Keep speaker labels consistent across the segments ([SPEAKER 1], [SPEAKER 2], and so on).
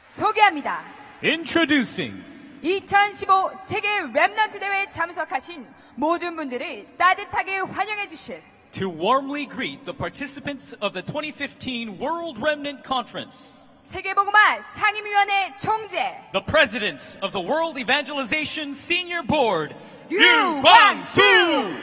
[SPEAKER 1] 소개합니다.
[SPEAKER 2] Introducing
[SPEAKER 1] 2015 세계 랩런트 대회에 참석하신 모든 분들을 따뜻하게 환영해 주실
[SPEAKER 2] to warmly greet the participants of the 2015 World Remnant Conference,
[SPEAKER 1] 세계보고만 상임위원회 총재
[SPEAKER 2] the president of the World Evangelization Senior Board,
[SPEAKER 1] Yu
[SPEAKER 2] Kwang-soo.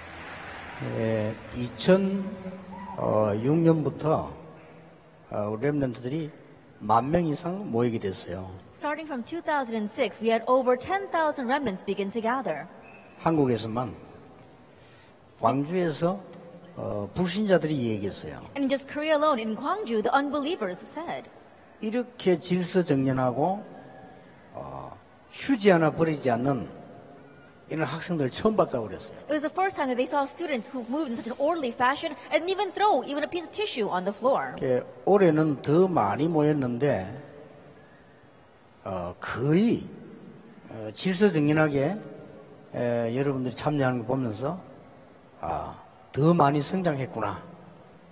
[SPEAKER 3] 예, 2006년부터 어, 랩런트들이 만 명 이상 모이게 됐어요.
[SPEAKER 4] Starting from 2006, we had over 10,000 remnants begin to gather.
[SPEAKER 3] 한국에서만 광주에서 어, 불신자들이 얘기했어요.
[SPEAKER 4] And in just Korea alone, in Gwangju, the unbelievers said,
[SPEAKER 3] 이렇게 질서 정연하고 어, 휴지 하나 버리지 않는 이런 학생들 처음 봤다고 그랬어요.
[SPEAKER 4] it was the first time that they saw students who moved in such an orderly fashion and didn't even throw even a piece of tissue on the floor.
[SPEAKER 3] 예, 올해는 더 많이 모였는데 어, 거의 어, 질서정연하게 에, 여러분들이 참여하는 거 보면서 아, 더 많이 성장했구나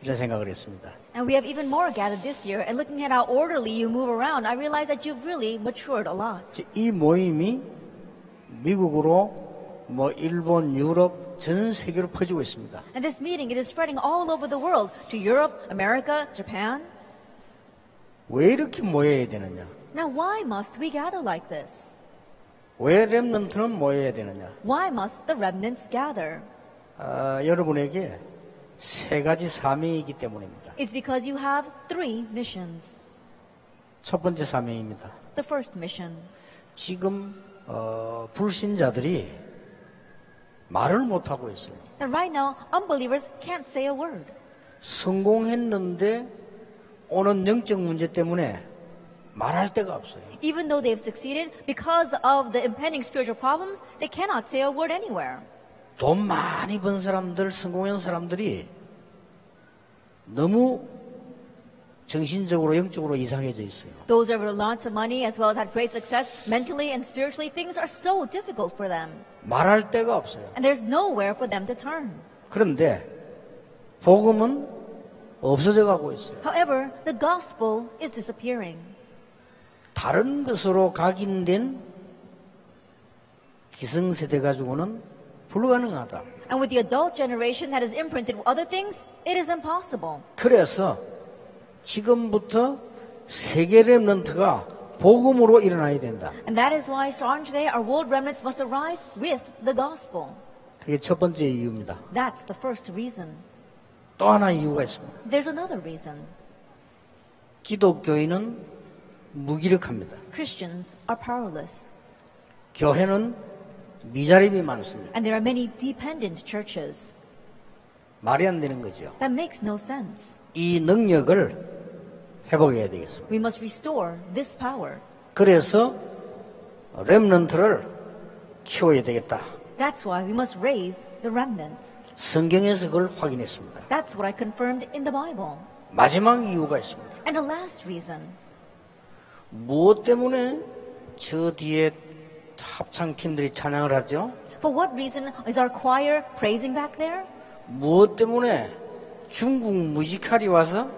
[SPEAKER 3] 이런 생각을 했습니다.
[SPEAKER 4] And we have even more gathered this year. And looking at how orderly you move around, I realize that you've really matured a lot.
[SPEAKER 3] 이제 이 모임이 미국으로 뭐 일본, 유럽 전 세계로 퍼지고 있습니다.
[SPEAKER 4] And this meeting, it is spreading all over the world to Europe, America, Japan.
[SPEAKER 3] 왜 이렇게 모여야 되느냐?
[SPEAKER 4] Now, why must we gather like this?
[SPEAKER 3] 왜 렘넌트는 모여야 되느냐?
[SPEAKER 4] Why must the remnants gather?
[SPEAKER 3] 아, 여러분에게 세 가지 사명이기 때문입니다.
[SPEAKER 4] It's because you have three missions.
[SPEAKER 3] 첫 번째 사명입니다.
[SPEAKER 4] The first mission.
[SPEAKER 3] 지금 어, 불신자들이 말을 못 하고 있어요.
[SPEAKER 4] That right now, unbelievers can't say a word.
[SPEAKER 3] 성공했는데 오는 영적 문제 때문에 말할 데가 없어요.
[SPEAKER 4] Even though they've succeeded, because of the impending spiritual problems, they cannot say a word anywhere.
[SPEAKER 3] 돈 많이 번 사람들, 성공한 사람들이 너무 정신적으로 영적으로 이상해져 있어요.
[SPEAKER 4] Those who have lots of money as well as had great success mentally and spiritually, things are so difficult for them.
[SPEAKER 3] 말할 데가 없어요.
[SPEAKER 4] And there's nowhere for them to turn.
[SPEAKER 3] 그런데 복음은 없어져 가고 있어요.
[SPEAKER 4] However, the gospel is disappearing.
[SPEAKER 3] 다른 것으로 각인된 기성세대 가지고는 불가능하다.
[SPEAKER 4] And with the adult generation that is imprinted with other things, it is impossible.
[SPEAKER 3] 그래서 지금부터 세계 랩런트가 복음으로 일어나야 된다.
[SPEAKER 4] And that is why, starting today, our world remnants must arise with the gospel.
[SPEAKER 3] 그게 첫 번째 이유입니다.
[SPEAKER 4] That's the first reason.
[SPEAKER 3] 또 하나 이유가 있습니다.
[SPEAKER 4] There's another reason.
[SPEAKER 3] 기독교인은 무기력합니다.
[SPEAKER 4] Christians are powerless,
[SPEAKER 3] 교회는 미자립이 많습니다.
[SPEAKER 4] and there are many dependent churches.
[SPEAKER 3] 말이 안 되는 거죠.
[SPEAKER 4] That makes no sense.
[SPEAKER 3] 이 능력을 회복해야 되겠습니다.
[SPEAKER 4] We must restore this power.
[SPEAKER 3] 그래서 랩런트를 키워야 되겠다.
[SPEAKER 4] That's why we must raise the remnants.
[SPEAKER 3] 성경에서 그걸 확인했습니다.
[SPEAKER 4] That's what I confirmed in the Bible.
[SPEAKER 3] 마지막 이유가 있습니다.
[SPEAKER 4] And the last reason
[SPEAKER 3] 무엇 때문에 저 뒤에 합창팀들이 찬양을 하죠?
[SPEAKER 4] for what reason is our choir praising back there?
[SPEAKER 3] 무엇 때문에 중국 뮤지컬이 와서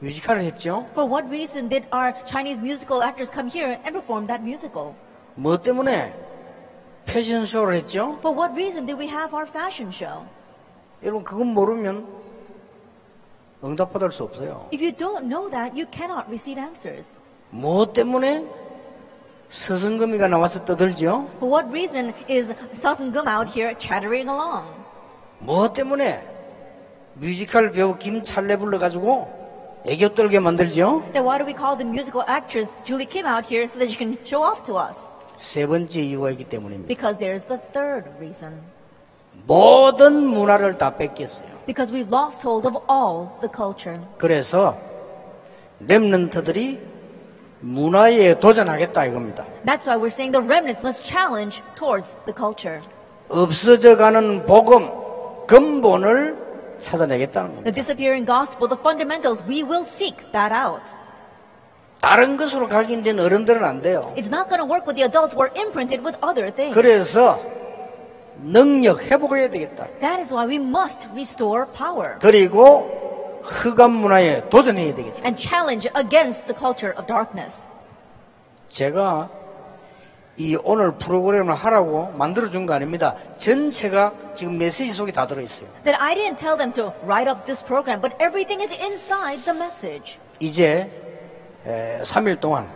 [SPEAKER 3] 뮤지컬을 했죠?
[SPEAKER 4] For what reason did our Chinese musical actors come here and perform that musical?
[SPEAKER 3] 무엇 뭐 때문에 패션쇼를 했죠?
[SPEAKER 4] For what reason did we have our fashion show?
[SPEAKER 3] 여러분 그건 모르면 응답받을 수 없어요.
[SPEAKER 4] If you don't know that, you cannot receive answers.
[SPEAKER 3] 무엇 뭐 때문에 서승금이가 나와서 떠들죠?
[SPEAKER 4] For what reason is Sasan Gum out here chattering along?
[SPEAKER 3] 무엇 뭐 때문에 뮤지컬 배우 김찰래 불러가지고 애교 떨게 만들죠?
[SPEAKER 4] Then why do we call the musical actress Julie Kim out here so that she can show off to us?
[SPEAKER 3] 세 번째 이유가 있기 때문입니다.
[SPEAKER 4] Because there's the third reason.
[SPEAKER 3] 모든 문화를 다 뺏겼어요.
[SPEAKER 4] Because we've lost hold of all the culture.
[SPEAKER 3] 그래서 렘넌트들이 문화에 도전하겠다 이겁니다.
[SPEAKER 4] That's why we're saying the remnants must challenge towards the culture.
[SPEAKER 3] 없어져가는 복음 근본을 찾아내겠다는 겁니다.
[SPEAKER 4] The disappearing gospel, the fundamentals, we will seek that out.
[SPEAKER 3] 다른 것으로 각인된 어른들은 안 돼요.
[SPEAKER 4] It's not going to work with the adults. We're imprinted with other things.
[SPEAKER 3] 그래서 능력 회복해야 되겠다.
[SPEAKER 4] That is why we must restore power
[SPEAKER 3] 그리고 흑암 문화에 도전해야 되겠다.
[SPEAKER 4] and challenge against the culture of darkness.
[SPEAKER 3] 제가 이 오늘 프로그램을 하라고 만들어준 거 아닙니다. 전체가 지금 메시지 속에 다 들어있어요.
[SPEAKER 4] That I didn't tell them to write up this program, but everything is inside the message.
[SPEAKER 3] 이제 3일 동안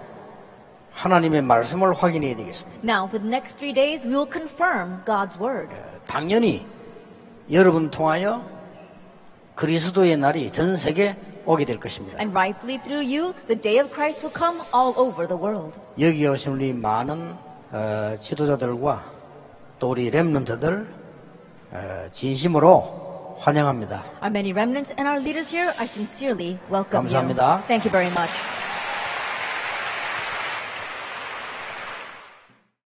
[SPEAKER 3] 하나님의 말씀을 확인해야 되겠습니다.
[SPEAKER 4] Now, for the next three days, we will confirm God's word.
[SPEAKER 3] 당연히 여러분 통하여 그리스도의 날이 전 세계 오게 될 것입니다.
[SPEAKER 4] And rightfully through you, the day of Christ will come all over the world.
[SPEAKER 3] 여기 오신 우리 많은 어, 지도자들과 또 우리 랩런트들 어, 진심으로 환영합니다.
[SPEAKER 4] Our many remnants and our leaders here, I sincerely welcome you.
[SPEAKER 3] 감사합니다.
[SPEAKER 4] Thank you very much.